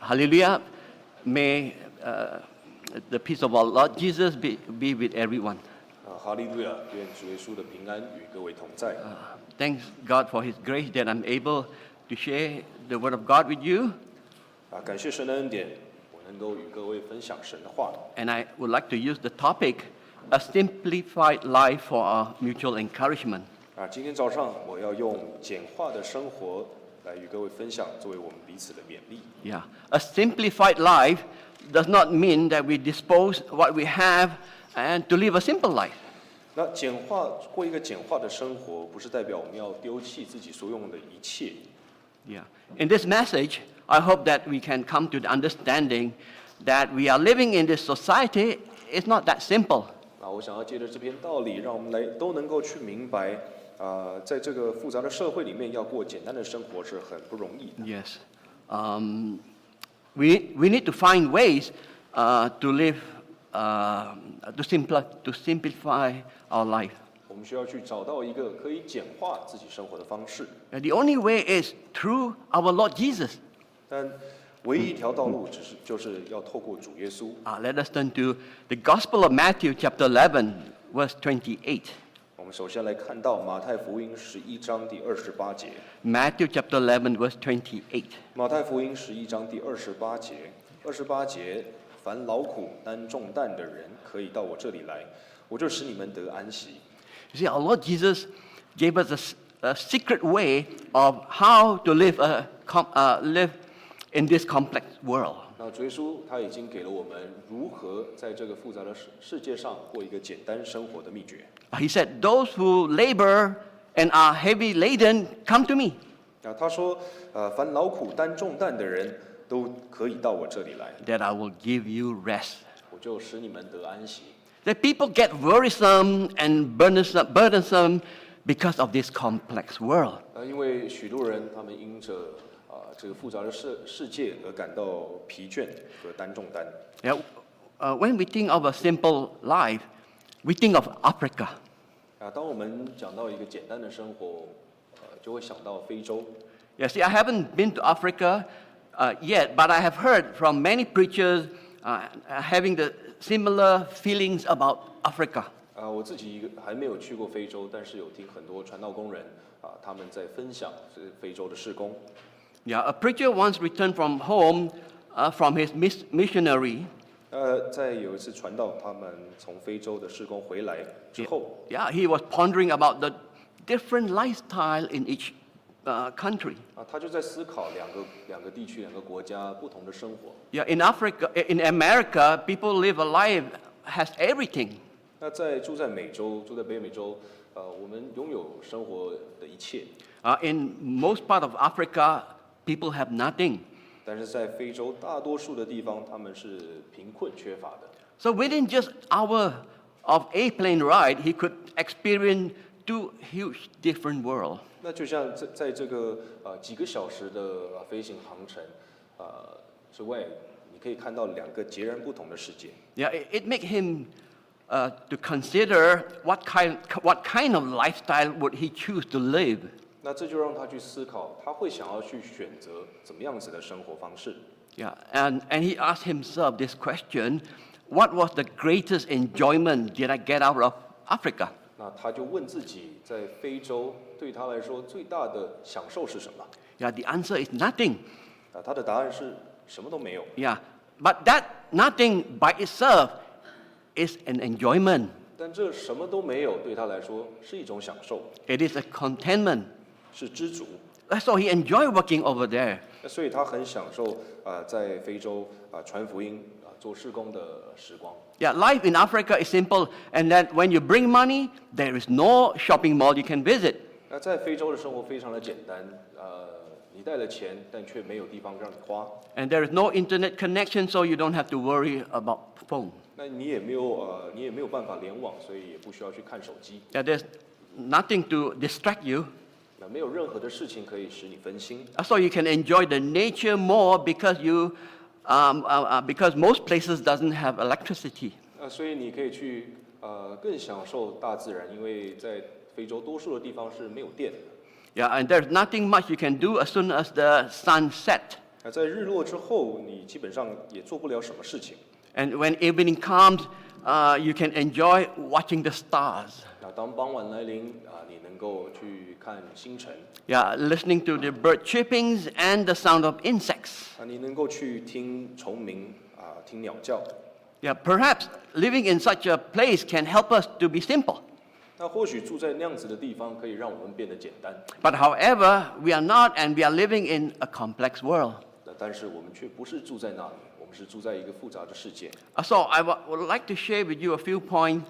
Hallelujah. May uh, the peace of our Lord Jesus be, be with everyone. 啊，哈利路亚！愿主耶稣的平安与各位同在。 Thanks God for His grace that I'm able to share the Word of God with you. 啊，感谢神的恩典，我能够与各位分享神的话。 And I would like to use the topic a simplified life for our mutual encouragement. 啊，今天早上我要用简化的生活来与各位分享，作为我们彼此的勉励。 Yeah. A simplified life does not mean that we dispose what we have and to live a simple life. 那简化过一个简化的生活，不是代表我们要丢弃自己所用的一切。 Yeah. In this message, I hope that we can come to the understanding that we are living in this society is not that simple. 啊，我想要借着这篇道理，让我们来都能够去明白，啊、在这个复杂的社会里面，要过简单的生活是很不容易的。 Yes. Um, we, we need to find ways uh, to live, uh, to, simpli- to simplify our life. 我们需要去找到一个可以简化自己生活的方式， And the only way is through our Lord Jesus. 但唯一一条道路，只是就是要透过主耶稣。 Uh, let us turn to the Gospel of Matthew, chapter 11, verse 28. 我们首先来看到马太福音十一章第二十八节， Matthew, chapter 11, verse 28. 马太福音十一章第二十八节，二十八节，凡劳苦担重担的人，可以到我这里来，我就使你们得安息。 You see, our Lord Jesus gave us a s- a, secret way of how to live, a, com, uh, live in this complex world. 那主耶稣他已经给了我们如何在这个复杂的世世界上过一个简单生活的秘诀。 He said, Those who labor and are heavy laden, come to me. 啊，他说，呃，凡劳苦担重担的人都可以到我这里来， That I will give you rest. 我就使你们得安息。 That people get worrisome and burdensome, burdensome because of this complex world. 那因为许多人他们因着啊、这个复杂的世世界而感到疲倦和担重担。 Yeah, uh, when we think of a simple life, we think of Africa. 啊，当我们讲到一个简单的生活，呃，就会想到非洲。 Yeah, see, I haven't been to Africa uh, yet, but I have heard from many preachers uh, having the similar feelings about Africa. 啊，我自己一个还没有去过非洲，但是有听很多传道工人啊，他们在分享这非洲的事工。 Yeah, a preacher once returned from home uh, from his miss- missionary. 呃，在有一次传道他们从非洲的事工回来之后， Yeah, he was pondering about the different lifestyle in each uh, country. 啊，他就在思考两个两个地区、两个国家不同的生活。 Yeah, in Africa, in America, people live a life has everything. 那在住在美洲、住在北美洲，呃，我们拥有生活的一切， Uh, in most part of Africa, people have nothing. 但是在非洲大多数的地方，他们是贫困缺乏的。 So within just hour of airplane ride, he could experience two huge different worlds. 那就像在在这个呃几个小时的呃飞行航程，呃之外，你可以看到两个截然不同的世界。 Yeah, it, it made him uh, to consider what kind, what kind of lifestyle would he choose to live. 那这就让他去思考，他会想要去选择怎么样子的生活方式。 Yeah, and, and he asked himself this question, what was the greatest enjoyment did I get out of Africa? 那他就问自己，在非洲对他来说最大的享受是什么？ Yeah, the answer is nothing. 啊，他的答案是什么都没有。 Yeah, but that nothing by itself is an enjoyment. 但这什么都没有对他来说是一种享受， It is a contentment. 是知足。 So he enjoyed working over there. 那所以他很享受啊、呃在非洲啊、传福音啊、做事工的时光。 Yeah, life in Africa is simple, and that when you bring money, there is no shopping mall you can visit. 那在非洲的生活非常的简单，呃，你带了钱，但却没有地方让你花， And there is no internet connection, so you don't have to worry about phone. 那你也没有呃，你也没有办法联网，所以也不需要去看手机。 Yeah, there's nothing to distract you, 那没有任何的事情可以使你分心， so you can enjoy the nature more because you, um, uh, uh, because most places doesn't have electricity. 那所以你可以去呃更享受大自然，因为在非洲多数的地方是没有电的。 Yeah, and there's nothing much you can do as soon as the sun set. 那在日落之后，你基本上也做不了什么事情。 And when evening comes, uh, you can enjoy watching the stars. 那当傍晚来临啊，你能够去看星辰， Yeah, listening to the bird chirpings and the sound of insects. 啊，你能够去听虫鸣啊，听鸟叫。 Yeah, perhaps living in such a place can help us to be simple. 那或许住在那样子的地方，可以让我们变得简单。 But however, we are not and we are living in a complex world. 那但是我们却不是住在那里，我们是住在一个复杂的世界。 Uh, So I wa- would like to share with you a few points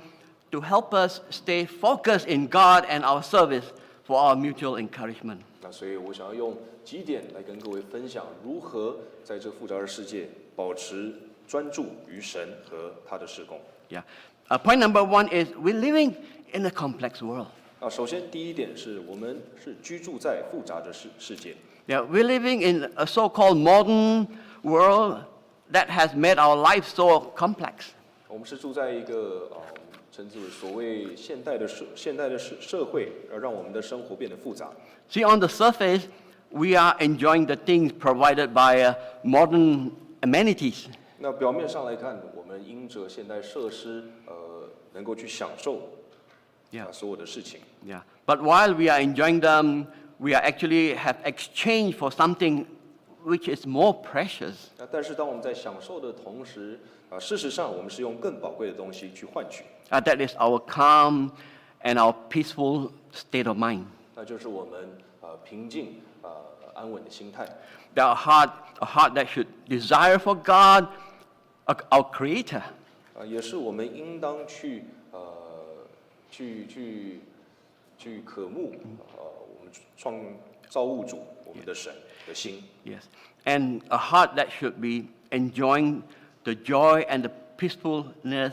to help us stay focused in God and our service for our mutual encouragement. 那所以我想要用几点来跟各位分享如何在这复杂的世界保持专注于神和他的事工。 Yeah. Uh, point number one is we're living in a complex world. 啊，首先第一点是我们是居住在复杂的世世界。 Yeah, we're living in a so-called modern world that has made our life so complex. 我们是住在一个呃，称之为所谓现代的社现代的社社会，而让我们的生活变得复杂。 See, on the surface, we are enjoying the things provided by uh, modern amenities. 那表面上来看，我们因着现代设施，呃，能够去享受 Yeah. 啊所有的事情。 Yeah. But while we are enjoying them, we are actually have exchanged for something which is more precious. 那但是当我们在享受的同时，啊，事实上我们是用更宝贵的东西去换取， Uh, that is our calm and our peaceful state of mind. 那就是我们呃平静呃安稳的心态。 That our heart, a heart that should desire for God, our- our Creator. 啊，也是我们应当去呃去去去渴慕呃我们创造物主我们的神的心， Yes. And a heart that should be enjoying the joy and the peacefulness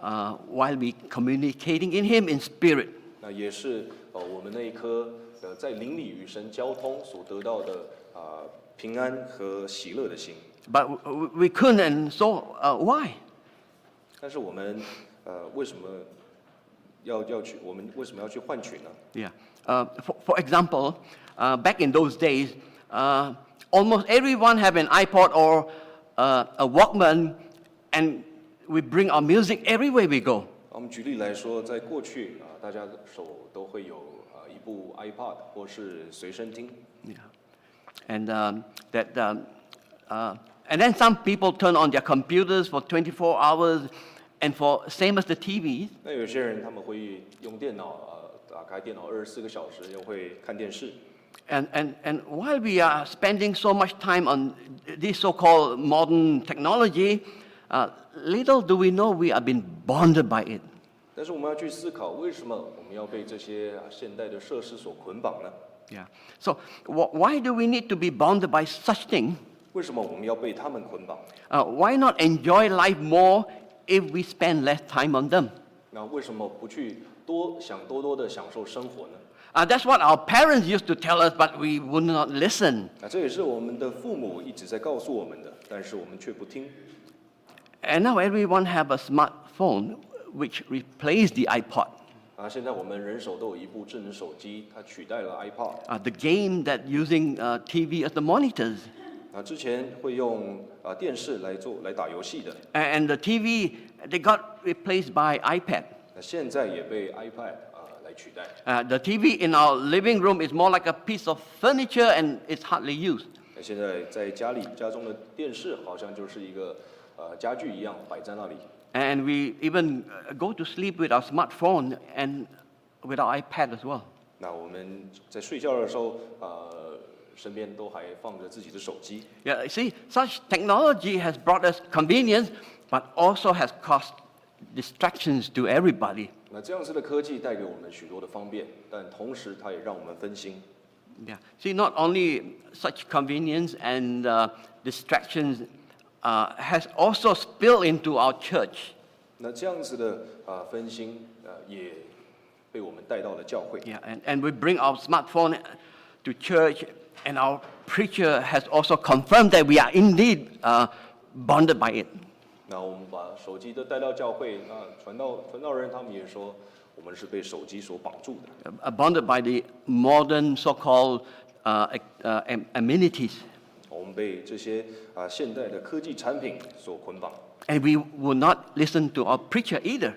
uh, while we communicating in Him in spirit. 那也是呃我们那一颗呃在邻里与神交通所得到的啊、平安和喜乐的心。 But w- w- we couldn't, and so uh, why? 但是我们呃为什么要要去我们为什么要去换取呢？ Yeah. Uh, for, for example, uh, back in those days, uh, almost everyone have an iPod or uh, a Walkman, and we bring our music everywhere we go. 啊我们举例来说，在过去啊、大家手都会有啊、一部 iPod 或是随身听。 Yeah. And um, that, um, uh, and then some people turn on their computers for 24 hours, and for same as the TV. 那有些人他们会用电脑啊、打开电脑二十四个小时，又会看电视。 And, and, and while we are spending so much time on this so-called modern technology, uh, little do we know we are being bonded by it. 但是我们要去思考，为什么我们要被这些啊现代的设施所捆绑呢？ Yeah. So wh- why do we need to be bounded by such thing? 为什么我们要被他们捆绑？ Uh, why not enjoy life more if we spend less time on them? 那为什么不去多想多多的享受生活呢？ Uh, that's what our parents used to tell us, but we would not listen. 那这也是我们的父母一直在告诉我们的，但是我们却不听。 And now everyone have a smartphone, which replaced the iPod. 啊，现在我们人手都有一部智能手机，它取代了 iPod。 Uh, the game that using uh, TV as the monitors, 啊，之前会用啊电视来做来打游戏的， A- and the TV they got replaced by iPad. 那现在也被 iPad 啊来取代。 Uh, the TV in our living room is more like a piece of furniture and it's hardly used. 那现在在家里家中的电视好像就是一个呃家具一样摆在那里， And we even uh, go to sleep with our smartphone and with our iPad as well. 那我们在睡觉的时候，呃，身边都还放着自己的手机。 Yeah, you see, such technology has brought us convenience, but also has caused distractions to everybody. 那这样子的科技带给我们许多的方便，但同时它也让我们分心。 Yeah. See, not only such convenience and uh, distractions uh, has also spilled into our church. 那这样子的啊、呃分心，呃，也被我们带到了教会。 Yeah, and, and we bring our smartphone to church, and our preacher has also confirmed that we are indeed uh, bonded by it. 那我们把手机都带到教会，那传道传道人他们也说，我们是被手机所绑住的。 uh, bounded by the modern so-called uh, ac- uh, am- amenities. 我们被这些啊、现代的科技产品所捆绑， And we will not listen to our preacher either.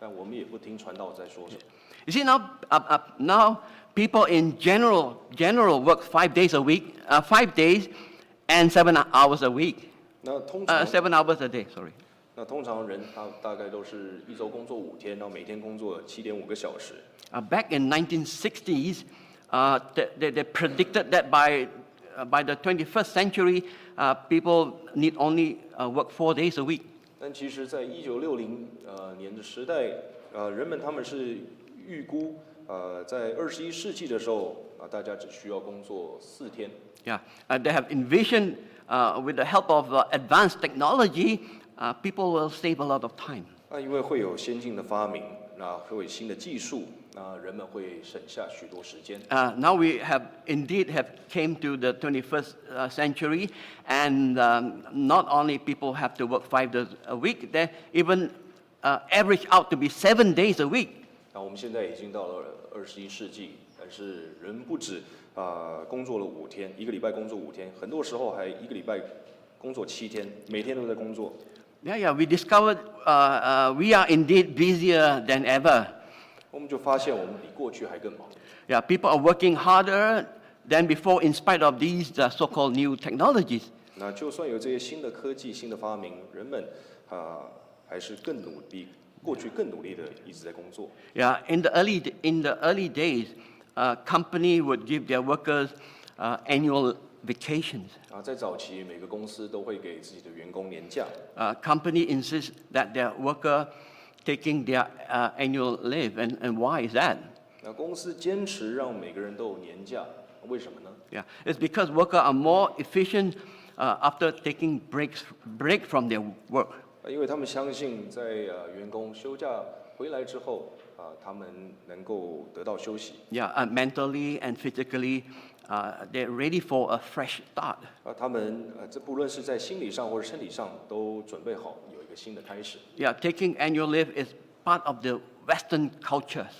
但我们也不听传道在说什么。 You see, now, uh, uh, now people in general, general work five days a week, uh, five days and seven hours a week, 那通 uh, 常， seven hours a day, sorry. 那通常人他大概都是一周工作五天，然后每天工作七点五个小时。 Uh, back in 1960s, uh, they, they, they predicted that by, uh, by the 21st century, uh, people need only uh, work four days a week. 但其实，在一九六零呃年的时代，呃，人们他们是预估，呃，在二十一世纪的时候，啊、大家只需要工作四天。 Yeah, uh, they have envisioned uh, with the help of uh, advanced technology, uh, people will save a lot of time. 那因为会有先进的发明，那会有新的技术，那人们会省下许多时间。 Uh, now we have indeed have came to the 21st uh, century, and um, not only people have to work five days a week, they even uh, average out to be seven days a week. 那我们现在已经到了二十一世纪，但是人不止啊、工作了五天，一个礼拜工作五天，很多时候还一个礼拜工作七天，每天都在工作。 Yeah, yeah, we discovered uh, uh, we are indeed busier than ever. 我们就发现我们比过去还更忙。 Yeah, people are working harder than before in spite of these uh, so-called new technologies. 那就算有这些新的科技、新的发明，人们啊、还是更努力，过去更努力的一直在工作。 Yeah, in the early, in the early days, uh, company would give their workers uh, annual vacations. 啊，在早期，每个公司都会给自己的员工年假， Uh, company insists that their worker taking their uh, annual leave, and, and why is that? 那公司坚持让每个人都有年假，为什么呢？ Yeah, it's because workers are more efficient uh, after taking breaks break from their work. 啊因为他们相信在，呃员工休假回来之后，啊、他们能够得到休息， Yeah, uh, mentally and physically, uh, they're ready for a fresh start. 啊，他们呃，这不论是在心理上或者身体上，都准备好有一个新的开始。 Yeah, taking annual leave is part of the Western cultures.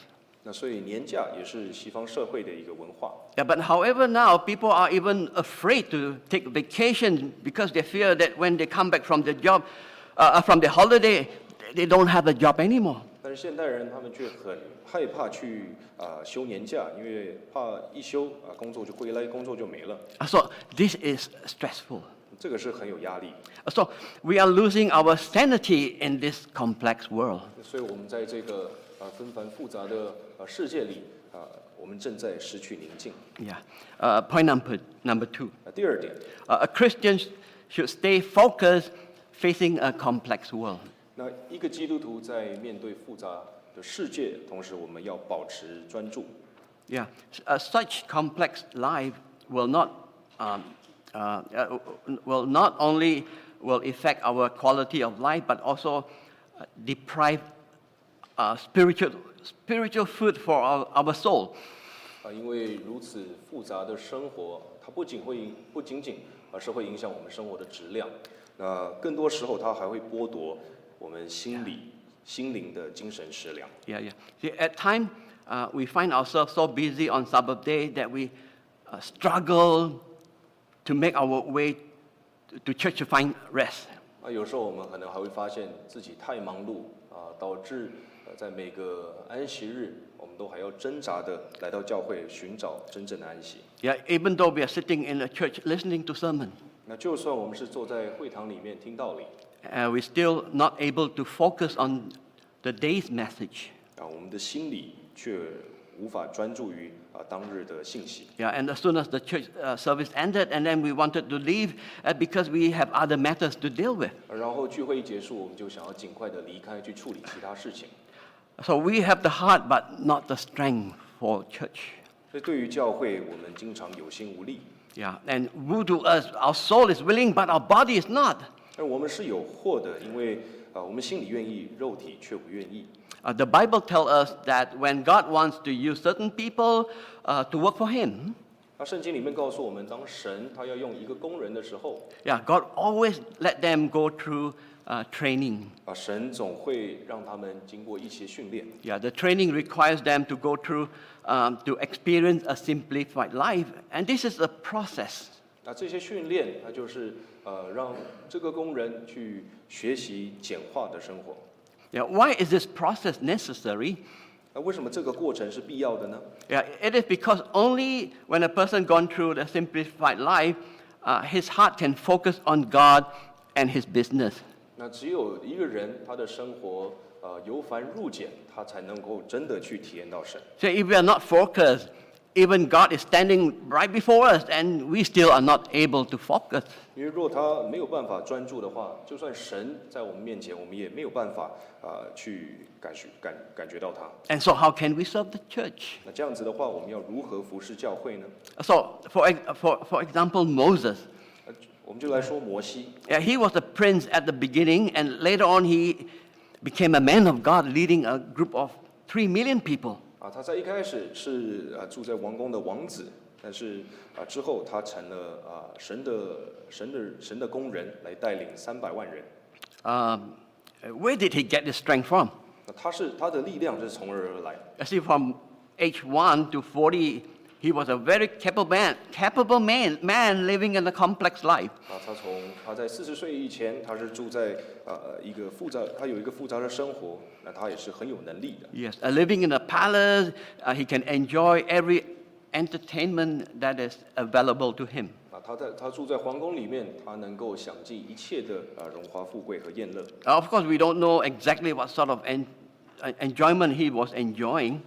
那所以年假也是西方社会的一个文化。 Yeah, but however, now people are even afraid to take vacation because they fear that when they come back from the job, uh, uh, from the holiday, they don't have a job anymore. 但是现代人他们却很害怕去啊、休年假，因为怕一休啊、工作就回来，工作就没了，Uh, So this is stressful. Uh, 这个是很有压力。 So we are losing our sanity in this complex world. 所以我们在这个啊、纷繁复杂的啊世界里啊、我们正在失去宁静。 Yeah. Uh, point number number two. 那第二点， Uh, a Christian should stay focused, facing a complex world. 那一个基督徒在面对复杂的世界，同时我们要保持专注。 Yeah, s- uh, such complex life will not, um, uh, uh, will not only will affect our quality of life, but also uh, deprive uh, spiritual, spiritual food for our, our soul. 啊，因为如此复杂的生活，它不仅会影不仅仅而是会影响我们生活的质量，那更多时候它还会剥夺我们心理、心灵的精神食粮。 Yeah, yeah. See, at times, uh, we find ourselves so busy on Sabbath day that we uh, struggle to make our way to- to church to find rest. 啊，有时候我们可能还会发现自己太忙碌啊，导致呃在每个安息日，我们都还要挣扎的来到教会寻找真正的安息。 Yeah, even though we are sitting in a church listening to sermon. 那就算我们是坐在会堂里面听道理， uh, we're still not able to focus on the day's message. 啊，我们的心里却无法专注于啊当日的信息。 Yeah, and as soon as the church uh, service ended, and then we wanted to leave uh, because we have other matters to deal with. 然后聚会一结束，我们就想要尽快的离开，去处理其他事情。 So we have the heart, but not the strength for church. 所以对于教会，我们经常有心无力。 Yeah, and woe to us, our soul is willing, but our body is not. 而我们是有祸的，因为啊、我们心里愿意，肉体却不愿意。 Uh, the Bible tells us that when God wants to use certain people uh, to work for Him, 那圣经里面告诉我们，当神他要用一个工人的时候， yeah, God always let them go through uh, training. 啊，神总会让他们经过一些训练。 Yeah, the training requires them to go through um, to experience a simplified life, and this is a process. 那这些训练，它就是呃让这个工人去学习简化的生活。 Yeah, why is this process necessary? 那为什么这个过程是必要的呢？ Yeah, it is because only when a person gone through the simplified life, uh, his heart can focus on God and his business. 那只有一个人他的生活呃由繁入简，他才能够真的去体验到神。 So if we are not focused, even God is standing right before us and we still are not able to focus. 因为若他没有办法专注的话，就算神在我们面前，我们也没有办法啊、呃去感受感感觉到他。 And so how can we serve the church? 那这样子的话，我们要如何服侍教会呢？ So for, ex- for, for example, Moses. 呃，我们就来说摩西。 Yeah, he was a prince at the beginning, and later on he became a man of God, leading a group of three million people. 啊，他在一开始是啊住在王宫的王子，但是啊之后他成了啊神的神的神的工人，来带领三百万人。 Um, where did he get this strength from? 那他是他的力量是从何而来？ You see, from age one to forty, he was a very capable man, capable man, man living in a complex life. 啊，他从他在四十岁以前，他是住在呃一个复杂，他有一个复杂的生活，那他也是很有能力的。 Yes, uh, living in a palace, uh, he can enjoy every entertainment that is available to him. 啊，他在他住在皇宫里面，他能够享尽一切的啊荣华富贵和宴乐。 Uh, of course, we don't know exactly what sort of en- uh, enjoyment he was enjoying.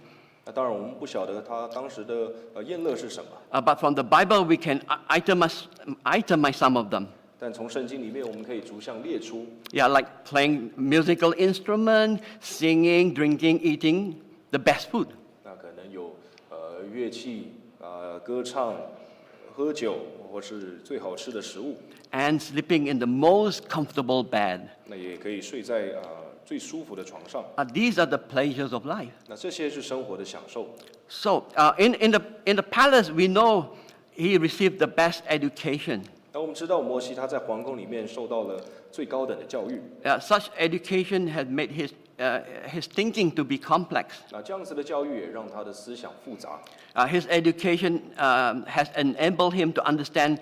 那当然，我们不晓得他当时的呃宴乐是什么， Uh, but from the Bible, we can i- itemize, itemize some of them. 但从圣经里面我们可以逐项列出 Yeah, like playing musical instrument, singing, drinking, eating the best food. 那可能有呃乐器、呃歌唱、喝酒，或是最好吃的食物。 And sleeping in the most comfortable bed. 那也可以睡在呃最舒服的床上。 Uh, these are the pleasures of life. 那这些是生活的享受。 So, uh, in, in, the, in the palace, we know he received the best education. 那我们知道摩西他在皇宫里面受到了最高等的教育， Uh, such education had made his, uh, his thinking to be complex. 那这样子的教育也让他的思想复杂。 Uh, his education um, has enabled him to understand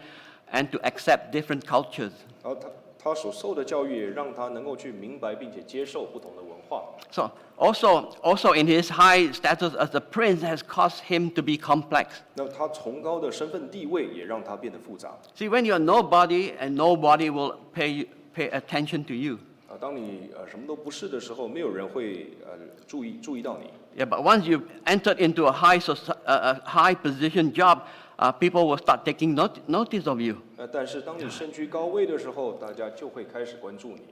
and to accept different cultures. 然后他他所受的教育也让他能够去明白并且接受不同的文化。 So, also, also in his high status as a prince has caused him to be complex. 那他崇高的身份地位也让他变得复杂。 See, when you're nobody and nobody will pay, you- pay attention to you. 啊，当你呃什么都不是的时候，没有人会呃注意注意到你。 Yeah, but once you've entered into a high, soci- uh, a high position job, uh, people will start taking not- notice of you. 那但是当你身居高位的时候，大家就会开始关注你。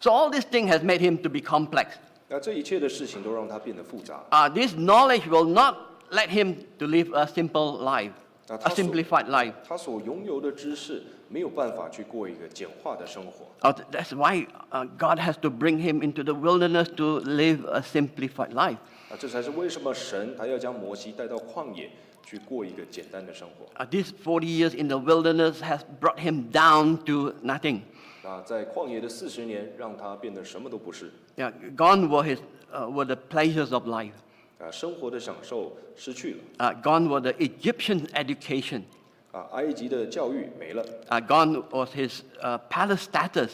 So all these things has made him to be complex. 那这一切的事情都让他变得复杂。 Uh, this knowledge will not let him to live a simple life, Now, a Tasso- simplified life. 他所拥有的知识没有办法去过一个简化的生活。 Uh, th- that's why uh, God has to bring him into the wilderness to live a simplified life. 啊，这才是为什么神他要将摩西带到旷野去过一个简单的生活。 Uh, these 40 years in the wilderness has brought him down to nothing. 那啊在旷野的四十年，让他变得什么都不是。 Yeah, gone were, his, uh, were the pleasures of life. 啊，生活的享受失去了， Uh, gone were the Egyptian education. 啊，埃及的教育没了， Uh, gone was his uh, palace status.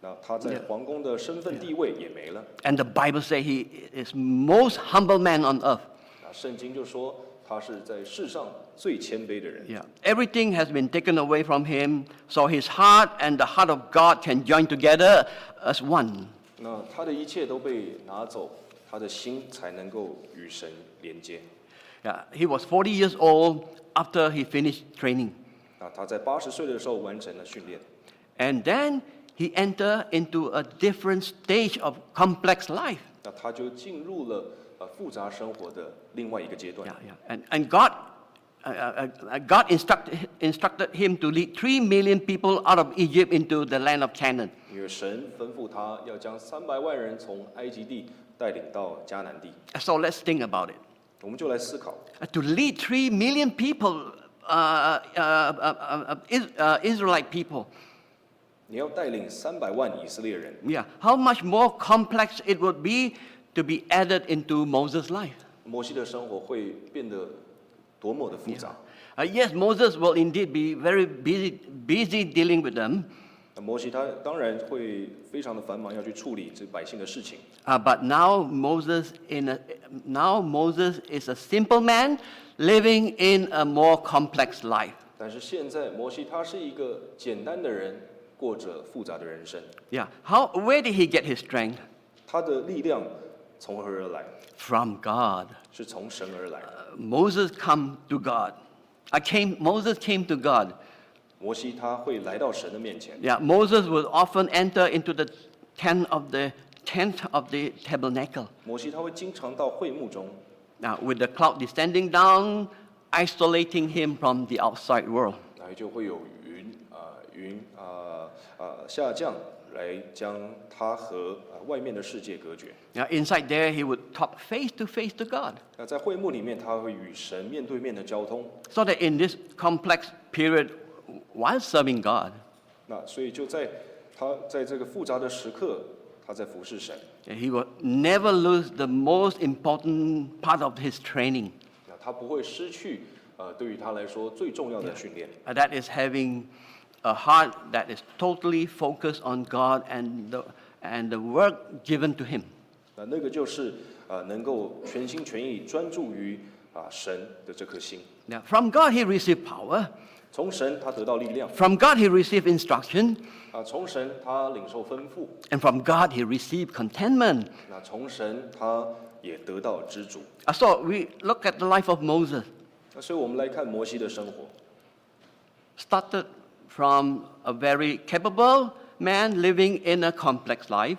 那啊他在皇宫的身份地位也没了。 And the Bible says he is most humble man on earth. 啊，圣经就说他是在世上最谦卑的人。 Yeah. Everything has been taken away from him, so his heart and the heart of God can join together as one. 那他的一切都被拿走，他的心才能够与神连接。 Yeah. He was 40 years old after he finished training. 那他在八十岁的时候完成了训练， And then he entered into a different stage of complex life. 那他就进入了呃复杂生活的另外一个阶段 Yeah, yeah. And, and God, uh, uh, uh, God instructed, instructed him to lead 3 million people out of Egypt into the land of Canaan. 因为神吩咐他要将三百万人从埃及地带领到迦南地。 So let's think about it. 我们就来思考， Uh, to lead 3 million people, uh, uh, uh, uh, uh, Is, uh, Israelite people, 你要带领三百万以色列人， yeah, how much more complex it would be to be added into Moses' life. 摩西的生活会变得多么的复杂？ Uh, yes, Moses will indeed be very busy, busy dealing with them, 那摩西他当然会非常的繁忙，要去处理这百姓的事情。 uh, but now Moses, in a, now Moses is a simple man living in a more complex life. 但是现在摩西他是一个简单的人，过着复杂的人生。 Yeah. How, where did he get his strength? 他的力量从何而来？ From God. 是从神而来。 Uh, Moses come to God. I came, Moses came to God. 摩西他会来到神的面前。 Yeah, Moses would often enter into the tent of the tent of the tabernacle. 摩西他会经常到会幕中， Now, with the cloud descending down, isolating him from the outside world. 然后就会有云啊、云啊啊、下降来将他和、呃、外面的世界隔绝。 Now, inside there, he would talk face to face to God. 那在会幕里面，他会与神面对面的交通。 So that in this complex period, while serving God, 那所以就在他在这个复杂的时刻，他在服侍神。 he would never lose the most important part of his training. 那他不会失去呃，对于他来说最重要的训练， And that is having a heart that is totally focused on God and the, and the work given to him. 那那个就是呃，能够全心全意专注于啊、神的这颗心。 Now, from God, he received power. 从神他得到力量， From God, he received instruction. 啊，从神他领受吩咐， And from God, he received contentment. 那从神他也得到知足。 Uh, So we look at the life of Moses. 那所以我们来看摩西的生活， Started from a very capable man living in a complex life.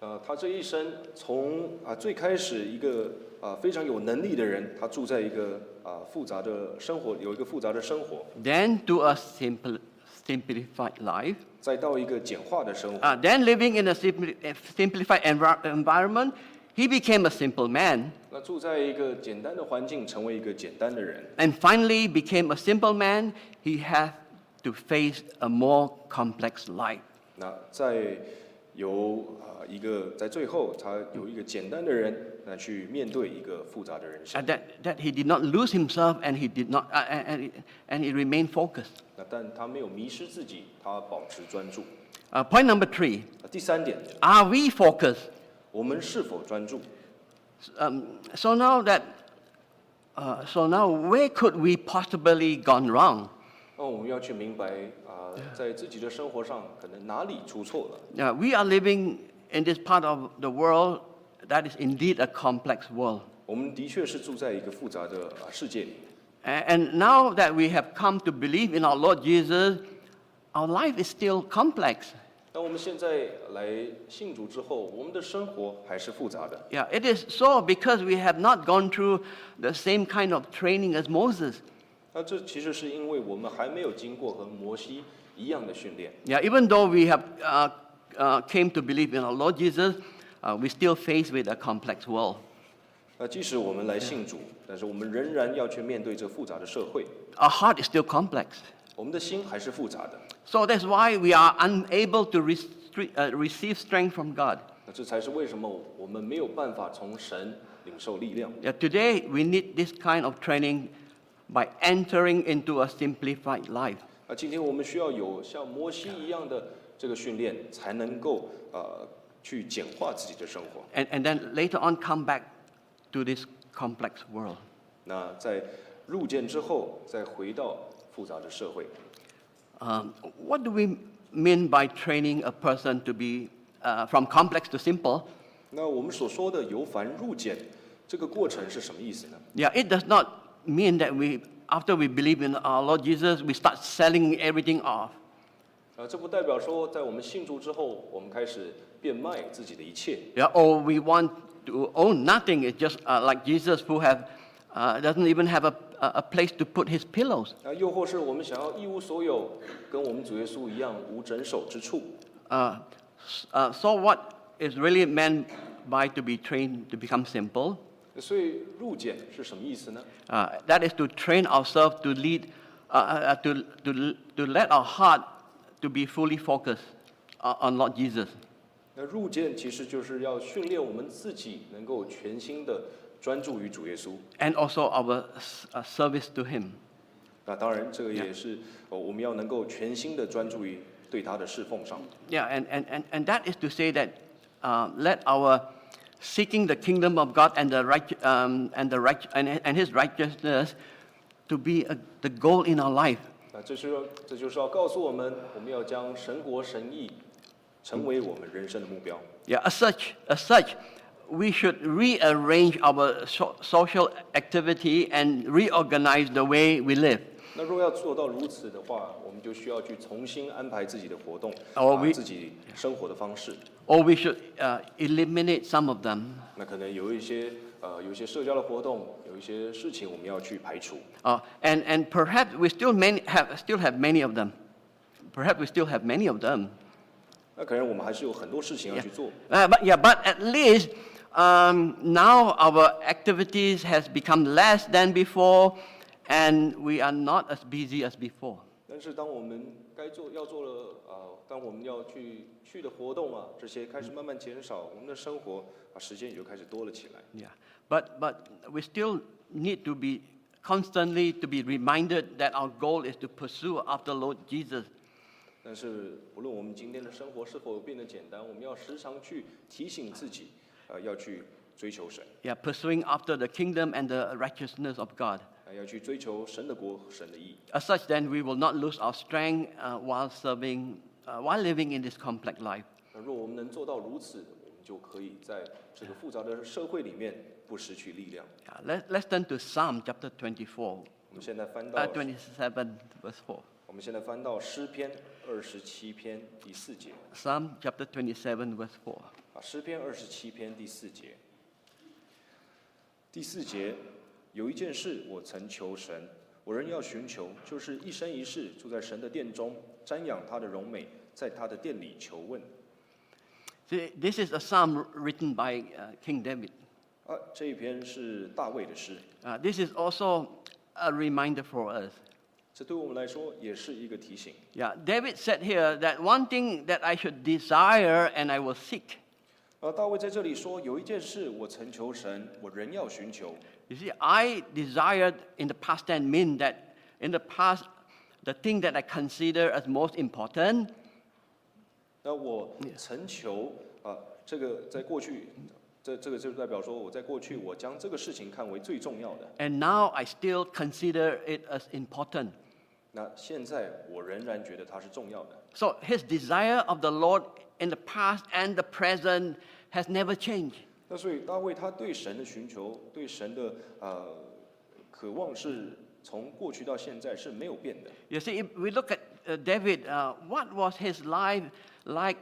呃，他这一生从啊最开始一个啊非常有能力的人，他住在一个啊复杂的生活，有一个复杂的生活， then to a simple, simplified life, 再到一个简化的生活， uh, then living in a simpli- eh, simplified envir- environment, he became a simple man, 那住在一个简单的环境，成为一个简单的人， and finally became a simple man. He had to face a more complex life. 那在由啊一个在最后他由一个简单的人，那去面对一个复杂的人生 Uh,。that, that he did not lose himself, and he did not, uh, and, and- and he remained focused. 那但他没有迷失自己，他保持专注。 Uh, point number three: 那第三点， Are we focused? 我们是否专注？ Um, so now that, uh, so now where could we possibly gone wrong? 那我们要去明白啊、在自己的生活上可能哪里出错了。 Now, Uh, we are living in this part of the world that is indeed a complex world. 我们的确是住在一个复杂的啊世界里。 A- And now that we have come to believe in our Lord Jesus, our life is still complex. 当我们现在来信主之后，我们的生活还是复杂的。 Yeah, it is so because we have not gone through the same kind of training as Moses. 那这其实是因为我们还没有经过和摩西一样的训练。 Yeah, even though we have uh, uh, came to believe in our Lord Jesus, uh, we still faced with a complex world. 那即使我们来信主，但是我们仍然要去面对这复杂的社会， Our heart is still complex. 我们的心还是复杂的。 So that's why we are unable to restre- uh, receive strength from God. 那这才是为什么我们没有办法从神领受力量。 Yeah, today we need this kind of training by entering into a simplified life. 那今天我们需要有像摩西一样的这个训练，才能够呃去简化自己的生活。 And, and then later on come back to this complex world. 那在入见之后，再回到复杂的社会。 Um, what do we mean by training a person to be uh, from complex to simple? 那我们所说的由繁入简这个过程是什么意思呢？ Yeah, it does not mean that we, after we believe in our Lord Jesus, we start selling everything off. 呃，这不代表说在我们信主之后，我们开始变卖自己的一切， Yeah, or we want to own nothing. It's just uh, like Jesus who have, uh, doesn't even have a, a a place to put his pillows. 那又或是我们想要一无所有，跟我们主耶稣一样无枕首之处。 Uh, s- uh, so what is really meant by to be trained to become simple? 所以入简是什么意思呢？ Uh, that is to train ourselves to lead, uh, uh, uh, to, to, to let our heart to be fully focused on, on Lord Jesus. 那入见其实就是要训练我们自己能够全心的专注于主耶稣， And also our s- uh, service to Him. 那当然，这个也是呃我们要能够全心的专注于对他的侍奉上。 Yeah, and, and, and, and that is to say that uh, let our seeking the kingdom of God and, the right, um, and, the right, and, and his righteousness to be a, the goal in our life. 那这是这就是要告诉我们，我们要将神国神意成为我们人生的目标。 Yeah, as such, as such, we should rearrange our so- social activity and reorganize the way we live. 那若要做到如此的话，我们就需要去重新安排自己的活动，哦啊，we- 自己生活的方式。 Or we should uh, eliminate some of them. 那可能有一些呃，有一些社交的活动，有一些事情我们要去排除。 Uh, and, and perhaps we still, many have, still have many of them. Perhaps we still have many of them. 那可能我们还是有很多事情要去做。 Uh, but, yeah, but at least um, now our activities has become less than before, and we are not as busy as before. 但是当我们该做要做了呃，当我们要去去的活动啊，这些开始慢慢减少，我们的生活啊时间也就开始多了起来。 Yeah, but but we still need to be constantly to be reminded that our goal is to pursue after Lord Jesus. 但是不论我们今天的生活是否变得简单，我们要时常去提醒自己，呃，要去追求神， Yeah, pursuing after the kingdom and the righteousness of God. 啊、要去追求神的国、神的义。 As such, then we will not lose our strength uh, while serving, uh, while living in this complex life. 那若我们能做到如此，我们就可以在这个复杂的社会里面不失去力量。 Yeah, let, let's turn to Psalm chapter 24, 我们现在翻到 uh,，27, verse 4. 我们现在翻到诗篇二十七篇第四节 Psalm chapter 27, verse 4. 啊，诗篇二十七篇第四节。第四节，有一件事我曾求神，我仍要寻求，就是一生一世住在神的殿中，瞻仰他的荣美，在他的殿里求问。 See, this is a psalm written by uh, King David. 啊，这一篇是大卫的诗， Uh, this is also a reminder for us. 这对我们来说也是一个提醒。 Yeah, David said here that one thing that I should desire and I will seek. 而啊大卫在这里说，有一件事我曾求神，我仍要寻求。 You see, I desired in the past tense mean that in the past, the thing that I consider as most important, 那我曾求啊，这个在过去，这这个就代表说，我在过去我将这个事情看为最重要的。 and now I still consider it as important. 那现在我仍然觉得它是重要的。 So his desire of the Lord in the past and the present has never changed. 那所以大卫他对神的寻求，对神的呃渴望是从过去到现在是没有变的。 You see, if we look at uh, David, uh, what was his life like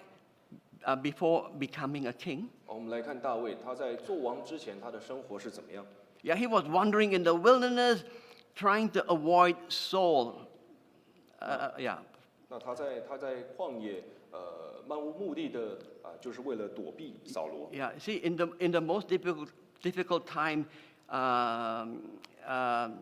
uh, before becoming a king? 好我们来看大卫，他在做王之前，他的生活是怎么样？ Yeah, he was wandering in the wilderness, trying to avoid Saul. Uh, yeah, 那他在他在旷野呃漫无目的的啊、就是为了躲避扫罗。 yeah. See, in the in the most difficult difficult time, um, um,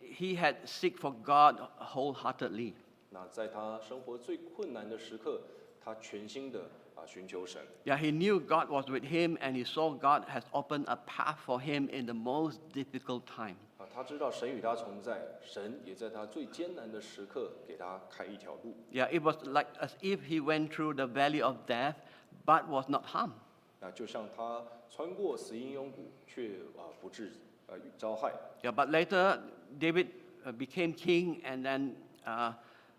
he had seek for God wholeheartedly. 那在他生活最困难的时刻，他全心的啊寻求神。 Yeah, he knew God was with him, and he saw God has opened a path for him in the most difficult time. 啊，他知道神与他同在，神也在他最艰难的时刻给他开一条路。 Yeah, it was like as if he went through the valley of death, but was not harmed. 那就像他穿过死荫幽谷，却啊不致呃遭害。 Yeah, but later David uh, became king, and then uh,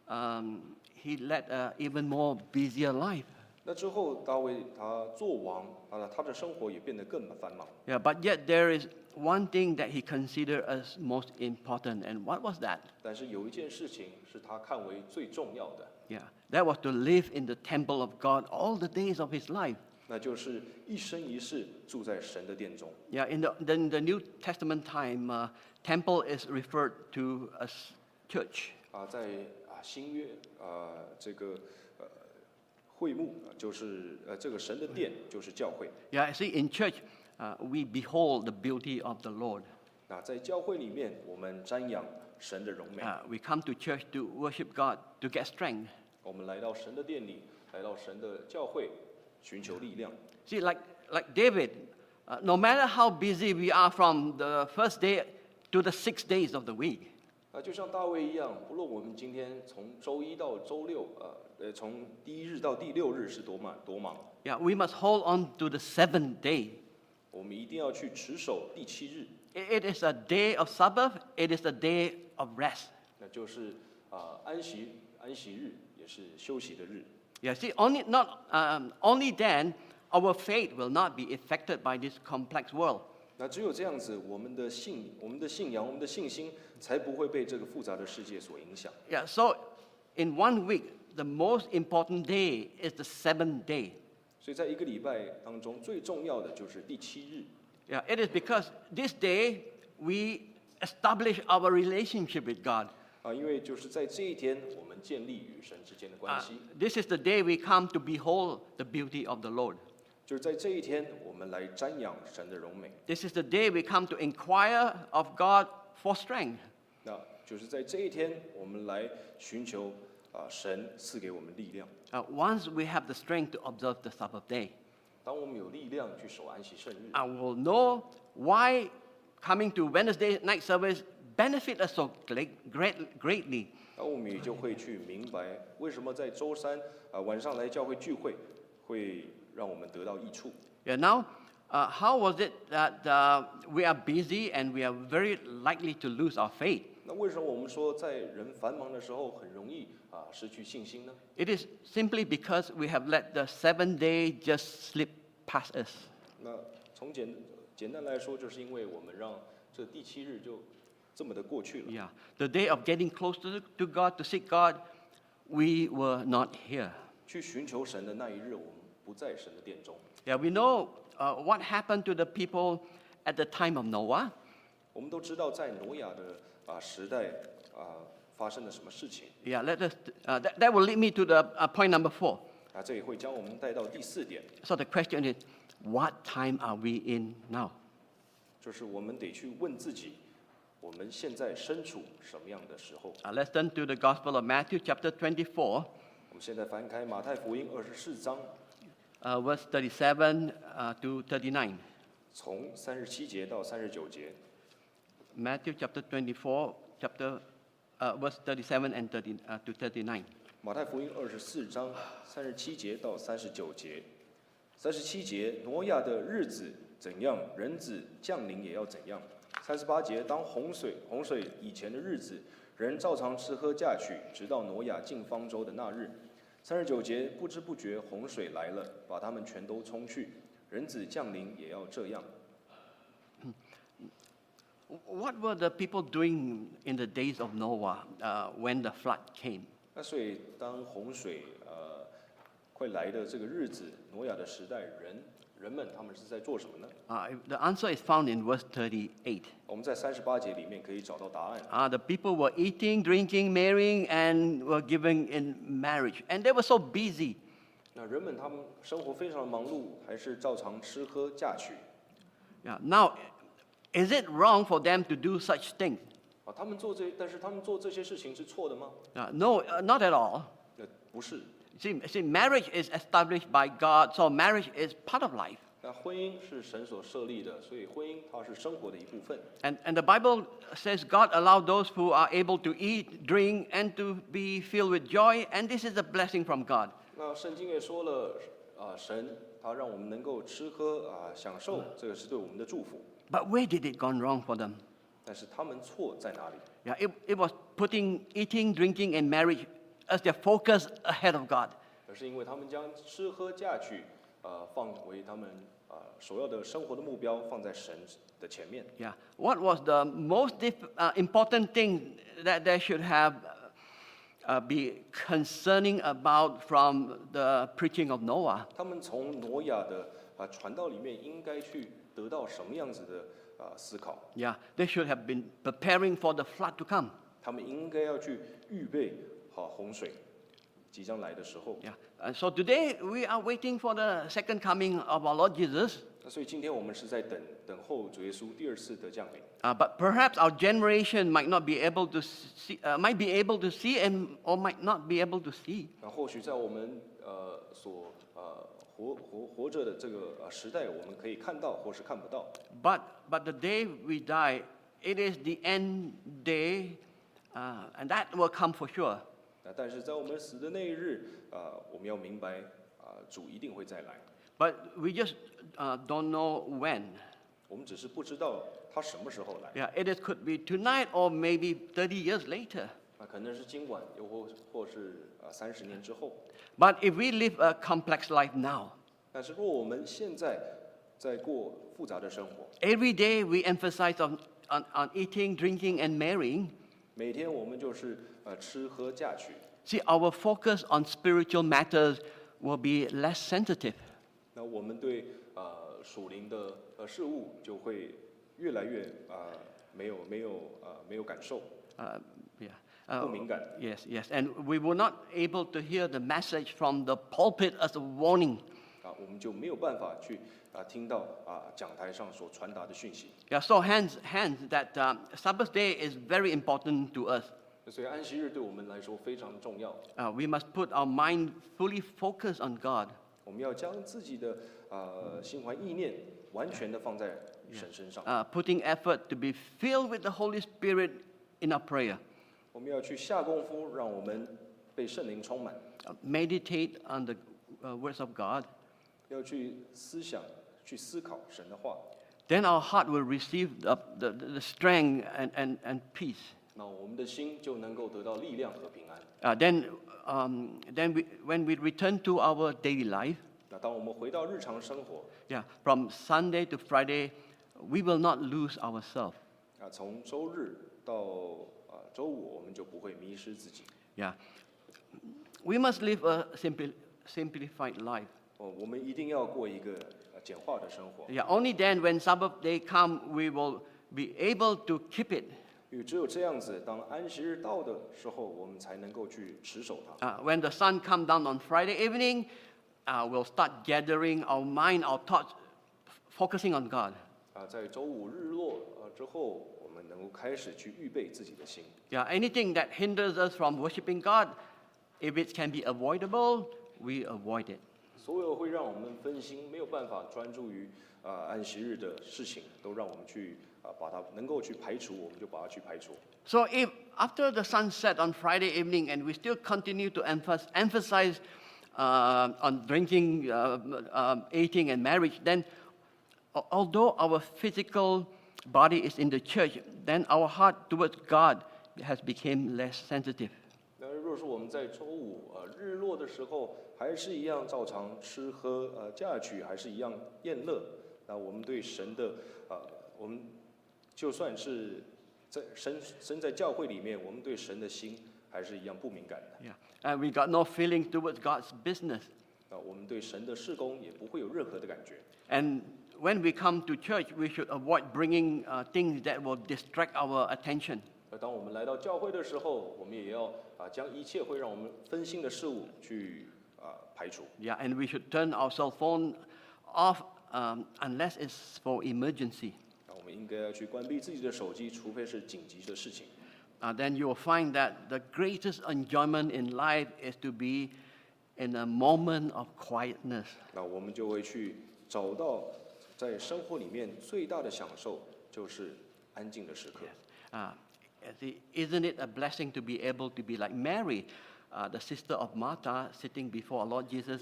um, he led an even more busier life. 那之后，大卫他做王，啊，他的生活也变得更繁忙。 Yeah, but yet there is one thing that he considered as most important, and what was that? 但是有一件事情是他看为最重要的， Yeah, that was to live in the temple of God all the days of his life. 那就是一生一世住在神的殿中。 Yeah, in the, in the New Testament time, uh, temple is referred to as church. 啊，在啊新约啊这个呃会幕啊，就是呃这个神的殿就是教会。 Yeah, see, in church, uh, we behold the beauty of the Lord. 那在教会里面，我们瞻仰神的荣美， Uh, we come to church to worship God, to get strength. 我们来到神的殿里，来到神的教会，寻求力量。 See, like, like David, uh, no matter how busy we are from the first day to the six days of the week, 啊，就像大卫一样，不论我们今天从周一到周六，啊，呃，从第一日到第六日是多忙多忙， Yeah, we must hold on to the seventh day. 我们一定要去持守第七日， I- It is a day of Sabbath, it is a day of rest. 那就是啊、安息安息日，也是休息的日。 Yeah, see, only, not, um, only then our faith will not be affected by this complex world. 那只有这样子，我们的信、我们的信仰、我们的信心，才不会被这个复杂的世界所影响。 Yeah, so in one week, the most important day is the seventh day. 所以在一个礼拜当中，最重要的就是第七日， Yeah, it is because this day we establish our relationship with God. 啊，因为就是在这一天，我们建立与神之间的 Uh, 关系， this is the day we come to behold the beauty of the Lord. 就是在这一天，我们来瞻仰神的荣美。 This is the day we come to inquire of God for strength. 那就是在这一天，我们来寻求啊，神赐给我们力量。 Uh, once we have the strength to observe the Sabbath day, 当我们有力量去守安息圣日， I will know why coming to Wednesday night service benefit us so gla- great, greatly. 那我们也就会去明白为什么在周三啊晚上来教会聚会，会让我们得到益处。 Yeah, now, uh, how was it that uh, we are busy and we are very likely to lose our faith? 那为什么我们说在人繁忙的时候很容易啊失去信心呢？ It is simply because we have let the seventh day just slip past us. 那从简简单来说，就是因为我们让这第七日就这么的过去了。 Yeah, the day of getting close to, to God, to seek God, we were not here. 去寻求神的那一日，我们不在神的殿中。 Yeah, we know uh, what happened to the people at the time of Noah. 我们都知道，在挪亚的啊时代啊发生了什么事情 Yeah, let us, uh, that, that will lead me to the uh, point number four. 啊，这也会将我们带到第四点， So the question is, what time are we in now? 就是我们得去问自己，我们现在身处什么样的时候？ Uh, let's turn to the Gospel of Matthew, chapter 24, 我们现在翻开马太福音二十四章， uh, verse 37 uh, to 39. 从三十七节到三十九节。 Matthew chapter 24, chapter, uh, verse 37 and 30, uh, to 39. 马太福音二十四章三十七节到三十九节。三十七节，挪亚的日子怎样，人子降临也要怎样。三十八节，当洪水洪水以前的日子，人照常吃喝嫁娶，直到挪亚进方舟的那日。三十九节，不知不觉洪水来了，把他们全都冲去。人子降临也要这样。 What were the people doing in the days of Noah uh, when the flood came? 那所以，当洪水呃快来的这个日子，挪亚的时代，人人们他们是在做什么呢？ Uh, the answer is found in verse 38. 我们在三十八节里面可以找到答案。 Uh, the people were eating, drinking, marrying, and were giving in marriage. And they were so busy. 那人们他们生活非常忙碌，还是照常吃喝嫁娶 Yeah. Now, is it wrong for them to do such things? 啊？他们做这，但是他们做这些事情是错的吗？ Uh, no, uh, not at all. 那不是。 See, see, marriage is established by God, so marriage is part of life. 那婚姻是神所设立的，所以婚姻它是生活的一部分。 And, and the Bible says God allowed those who are able to eat, drink, and to be filled with joy, and this is a blessing from God. 那圣经也说了，啊、神他让我们能够吃喝啊、享受，这个是对我们的祝福。 But where did it go wrong for them? 但是他们错在哪里？ Yeah, it, it was putting eating, drinking, and marriage as their focus ahead of God. 而是因为他们将吃喝嫁娶，呃，放为他们呃首要的生活的目标放在神的前面。 Yeah. What was the most dif- uh, important thing that they should have uh, be concerning about from the preaching of Noah? 他们从挪亚的啊传道里面应该去得到什么样子的啊思考？ Yeah, they should have been preparing for the flood to come. 他们应该要去预备好洪水即将来的时候。 Yeah. Uh, so today we are waiting for the second coming of our Lord Jesus. 那所以今天我们是在等等候主耶稣第二次的降临。 Uh, but perhaps our generation might not be able to see, uh, might be able to see, and or might not be able to see. 那或许在我们呃所呃活活活着的这个呃时代，我们可以看到或是看不到。 But but the day we die, it is the end day Uh, and that will come for sure. 那但是在我们死的那一日，啊、我们要明白，啊、主一定会再来。 But we just uh, don't know when. 我们只是不知道他什么时候来。 Yeah, it is, could be tonight or maybe 30 years later. 那啊可能是今晚，又或或是啊三十年之后。 But if we live a complex life now, 但是若我们现在在过复杂的生活， every day we emphasize on, on, on eating, drinking, and marrying. 每天我们就是呃吃喝嫁娶， See, our focus on spiritual matters will be less sensitive. 那我们对呃属灵的呃事物就会越来越啊、呃没有没有啊、呃没有感受， Uh, yeah. Uh, 不敏感。 yes, yes. And we were not able to hear the message from the pulpit as a warning. 啊，我们就没有办法去啊听到啊讲台上所传达的讯息， Yeah, so hence, hence that um, Sabbath day is very important to us. 所以安息日对我们来说非常重要。 Uh, we must put our mind fully focused on God. 我们要将自己的呃心怀意念完全的放在神身上， uh, putting effort to be filled with the Holy Spirit in our prayer. 我们要去下功夫，让我们被圣灵充满， Uh, meditate on the uh, words of God. 要去思想、去思考神的话， Then our heart will receive the, the, the strength and, and, and peace. 那我们的心就能够得到力量和平安。 Uh, then um, then we, when we return to our daily life, 那当我们回到日常生活 yeah, from Sunday to Friday, we will not lose ourselves. 啊，从周日到啊周五，我们就不会迷失自己。 Yeah. We must live a simple, simplified life. 哦，我们一定要过一个呃简化的生活， Yeah, only then when Sabbath day come, we will be able to keep it. 因为只有这样子，当安息日到的时候，我们才能够去持守它。 Uh, when the sun comes down on Friday evening, uh, we'll start gathering our mind, our thoughts, f- focusing on God. 啊，在周五日落呃之后，我们能够开始去预备自己的心。 Yeah, anything that hinders us from worshiping God, if it can be avoidable, we avoid it. 所有会让我们分心、没有办法专注于啊、呃安息日的事情，都让我们去啊、把它能够去排除，我们就把它去排除。 So if after the sun set on Friday evening and we still continue to emphas- emphasize uh, on drinking, uh, um, eating, and marriage, then al- although our physical body is in the church, then our heart towards God has become less sensitive. 那若是我们在周五呃日落的时候，还是一样照常吃喝呃嫁娶，还是一样宴乐，那我们对神的呃我们就算是在身身在教会里面，我们对神的心还是一样不敏感的。 Yeah. And we got no feeling towards God's business. 那呃我们对神的事工也不会有任何的感觉。 And when we come to church, we should avoid bringing uh, things that will distract our attention. 而当我们来到教会的时候，我们也要啊将一切会让我们分心的事物去啊排除。 Yeah, and we should turn our cell phone off um, unless it's for emergency. 那我们应该要去关闭自己的手机，除非是紧急的事情。 Uh, then you will find that the greatest enjoyment in life is to be in a moment of quietness. 那我们就会去找到在生活里面最大的享受，就是安静的时刻。 Uh, see, isn't it a blessing to be able to be like Mary, uh, the sister of Martha, sitting before our Lord Jesus,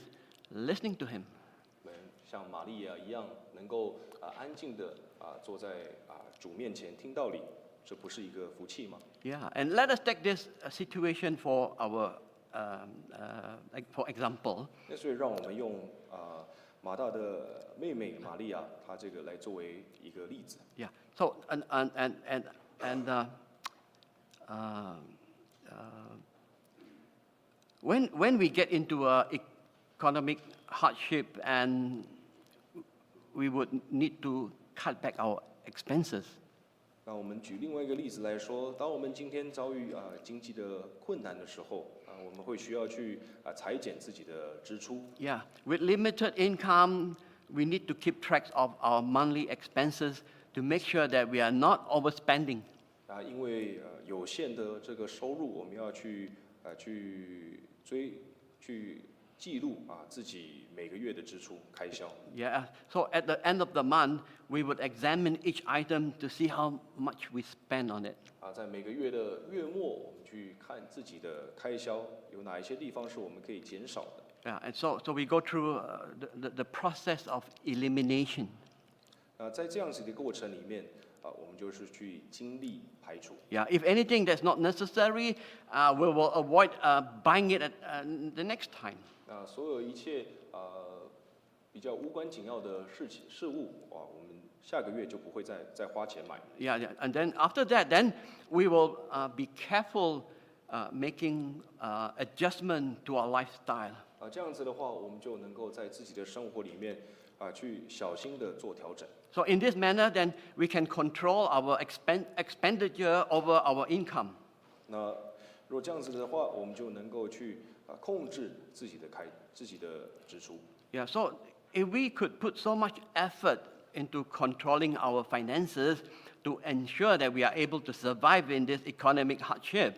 listening to him? 我们像玛利亚一样，能够啊安静的啊坐在啊主面前听道理，这不是一个福气吗？ Yeah, and let us take this uh, situation for our, um, uh, like for example. 那所以让我们用啊、马大的妹妹玛利亚，她这个来作为一个例子。 Yeah. So and and and and and uh, um, uh, when when we get into a economic hardship and we would need to cut back our expenses. 那我们举另外一个例子来说，当我们今天遭遇啊、经济的困难的时候，啊、我们会需要去啊、裁减自己的支出。 Yeah. With limited income, we need to keep track of our monthly expenses to make sure that we are not overspending. 啊，因为呃有啊限的这个收入，我们要去呃去追去记录啊自己每个月的支出开销。 Yeah. So at the end of the month, we would examine each item to see how much we spend on it. 啊，在每个月的月末，我们去看自己的开销有哪一些地方是我们可以减少的。 Yeah. And so, so we go through uh, the, the, the process of elimination. 那在这样子的一个过程里面，啊，我们就是去经历排除。 Yeah. If anything that's not necessary, uh, we will avoid uh, buying it at, uh, the next time. 那所有一切呃比较无关紧要的事情事物啊，我们下个月就不会再再花钱买。 Yeah, yeah. And then after that, then we will uh, be careful uh, making uh, adjustment to our lifestyle. 啊，这样子的话，我们就能够在自己的生活里面啊，去小心的做调整。 So in this manner, then we can control our expend- expenditure over our income. 那如果这样子的话，我们就能够去啊控制自己的开自己的支出。 Yeah. So if we could put so much effort into controlling our finances to ensure that we are able to survive in this economic hardship,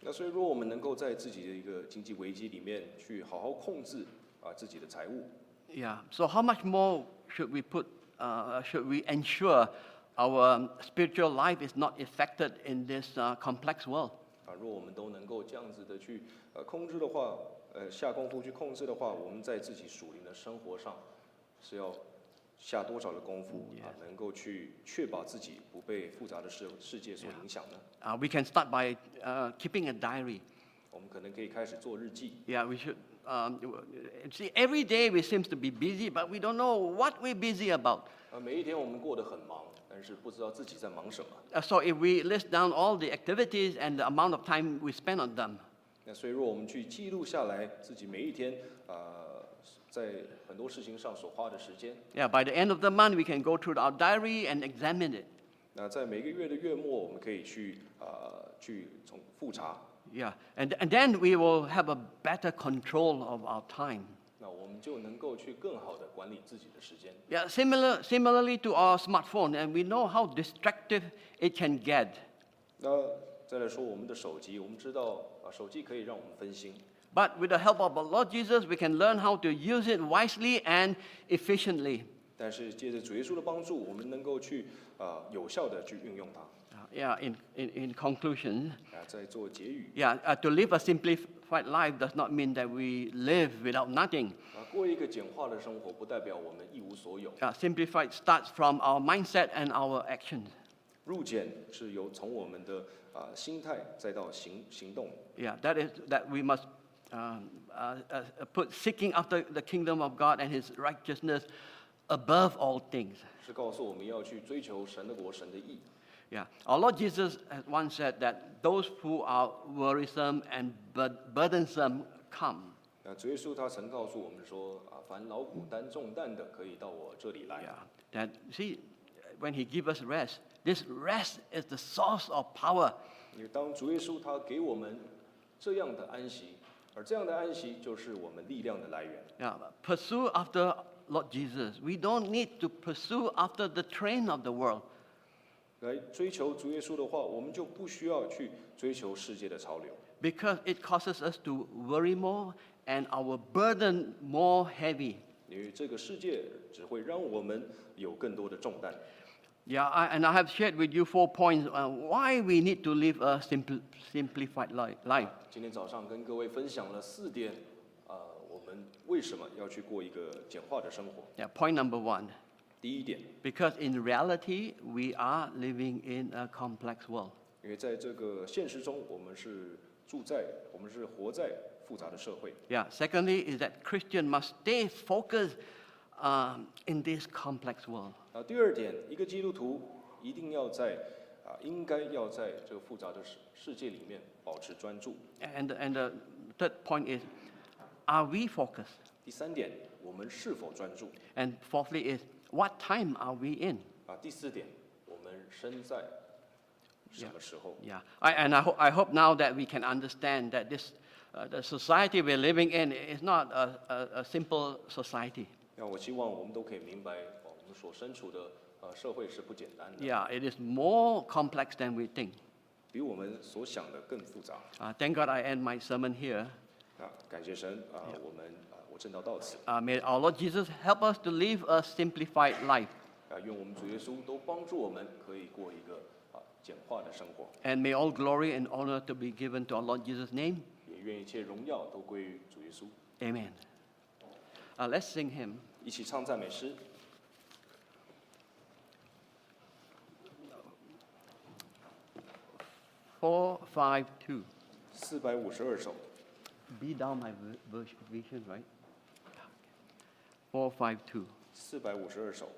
那所以，如果我们能够在自己的一个经济危机里面去好好控制啊自己的财务， yeah. So how much more should we put? Uh, should we ensure our um, spiritual life is not affected in this uh, complex world? 啊，如果我们都能够这样子的去呃控制的话，呃下功夫去控制的话，我们在自己属灵的生活上是要下多少的功夫啊，能够去确保自己不被复杂的世世界所影响呢？ Uh, we can start by uh, keeping a diary. 我们可能可以开始做日记 Yeah, we should. Um, see, every day we seems to be busy, but we don't know what we're busy about. 啊，每一天我们过得很忙，但是不知道自己在忙什么。 Uh, so if we list down all the activities and the amount of time we spend on them, 那所以，若我们去记录下来自己每一天啊、呃在很多事情上所花的时间， yeah, by the end of the month we can go through our diary and examine it. 那在每个月的月末，我们可以去啊、呃去从复查 Yeah, and, and then we will have a better control of our time. 那我们就能够去更好的管理自己的时间。 Yeah, similar, similarly to our smartphone, and we know how distractive it can get. 那再来说我们的手机，我们知道啊，手机可以让我们分心。 But with the help of our Lord Jesus, we can learn how to use it wisely and efficiently. 但是借着主耶稣的帮助，我们能够去啊、呃有效的去运用它 Uh, yeah, in, in, in conclusion, 啊，在做结语 yeah, uh, to live a simplified life does not mean that we live without nothing. 啊，过一个简化的生活，不代表我们一无所有。 Uh, simplified starts from our mindset and our actions. 入简是由从我们的啊、心态，再到行行动 Yeah, that is that we must um, uh, uh, put seeking after the kingdom of God and His righteousness above all things. 是告诉我们要去追求神的国、神的义。 Yeah, our Lord Jesus has once said that those who are worrisome and bur- burdensome come. 那主耶稣他曾告诉我们说啊，凡劳苦担重担的，可以到我这里来。 Yeah, that see, when He gives us rest, this rest is the source of power. 因为当主耶稣他给我们这样的安息，而这样的安息就是我们力量的来源。 Yeah, pursue after Lord Jesus. We don't need to pursue after the train of the world. 来追求主耶稣的话，我们就不需要去追求世界的潮流， because it causes us to worry more and our burden more heavy. 因为这个世界只会让我们有更多的重担。 Yeah, I, and I have shared with you four points uh, why we need to live a simple, simplified li- life. 今天早上跟各位分享了四点，呃，我们为什么要去过一个简化的生活？ Yeah, point number one, 第一点， because in reality, we are living in a complex world. 因为在这个现实中，我们是住在，我们是活在复杂的社会。 Yeah, secondly, is that Christian must stay focused um, in this complex world. 啊，第二点，一个基督徒一定要在啊，应该要在这个复杂的世世界里面保持专注。 And, and the third point is, are we focused? 第三点，我们是否专注？ And fourthly is, what time are we in? 啊，第四点，我们身在什么时候？ Yeah, I, and I, ho- I hope now that we can understand that this, uh, the society we're living in is not a, a, a simple society. 那我希望我们都可以明白，啊我们所身处的呃社会是不简单的， Yeah, it is more complex than we think. 比我们所想的更复杂。 Uh, thank God I end my sermon here. 啊，啊，感谢神啊，我们啊，我正道到此 Uh, may our Lord Jesus help us to live a simplified life. 啊，愿我们主耶稣都帮助我们可以过一个啊简化的生活， And may all glory and honor to be given to our Lord Jesus' name. 也愿一切荣耀都归于主耶稣。 Amen. Uh, let's sing him. 一起唱赞美诗。 Four, five, two. 四百五十二首， Be down my ver- vers- vision, right? Four, five, two. 四百五十二首。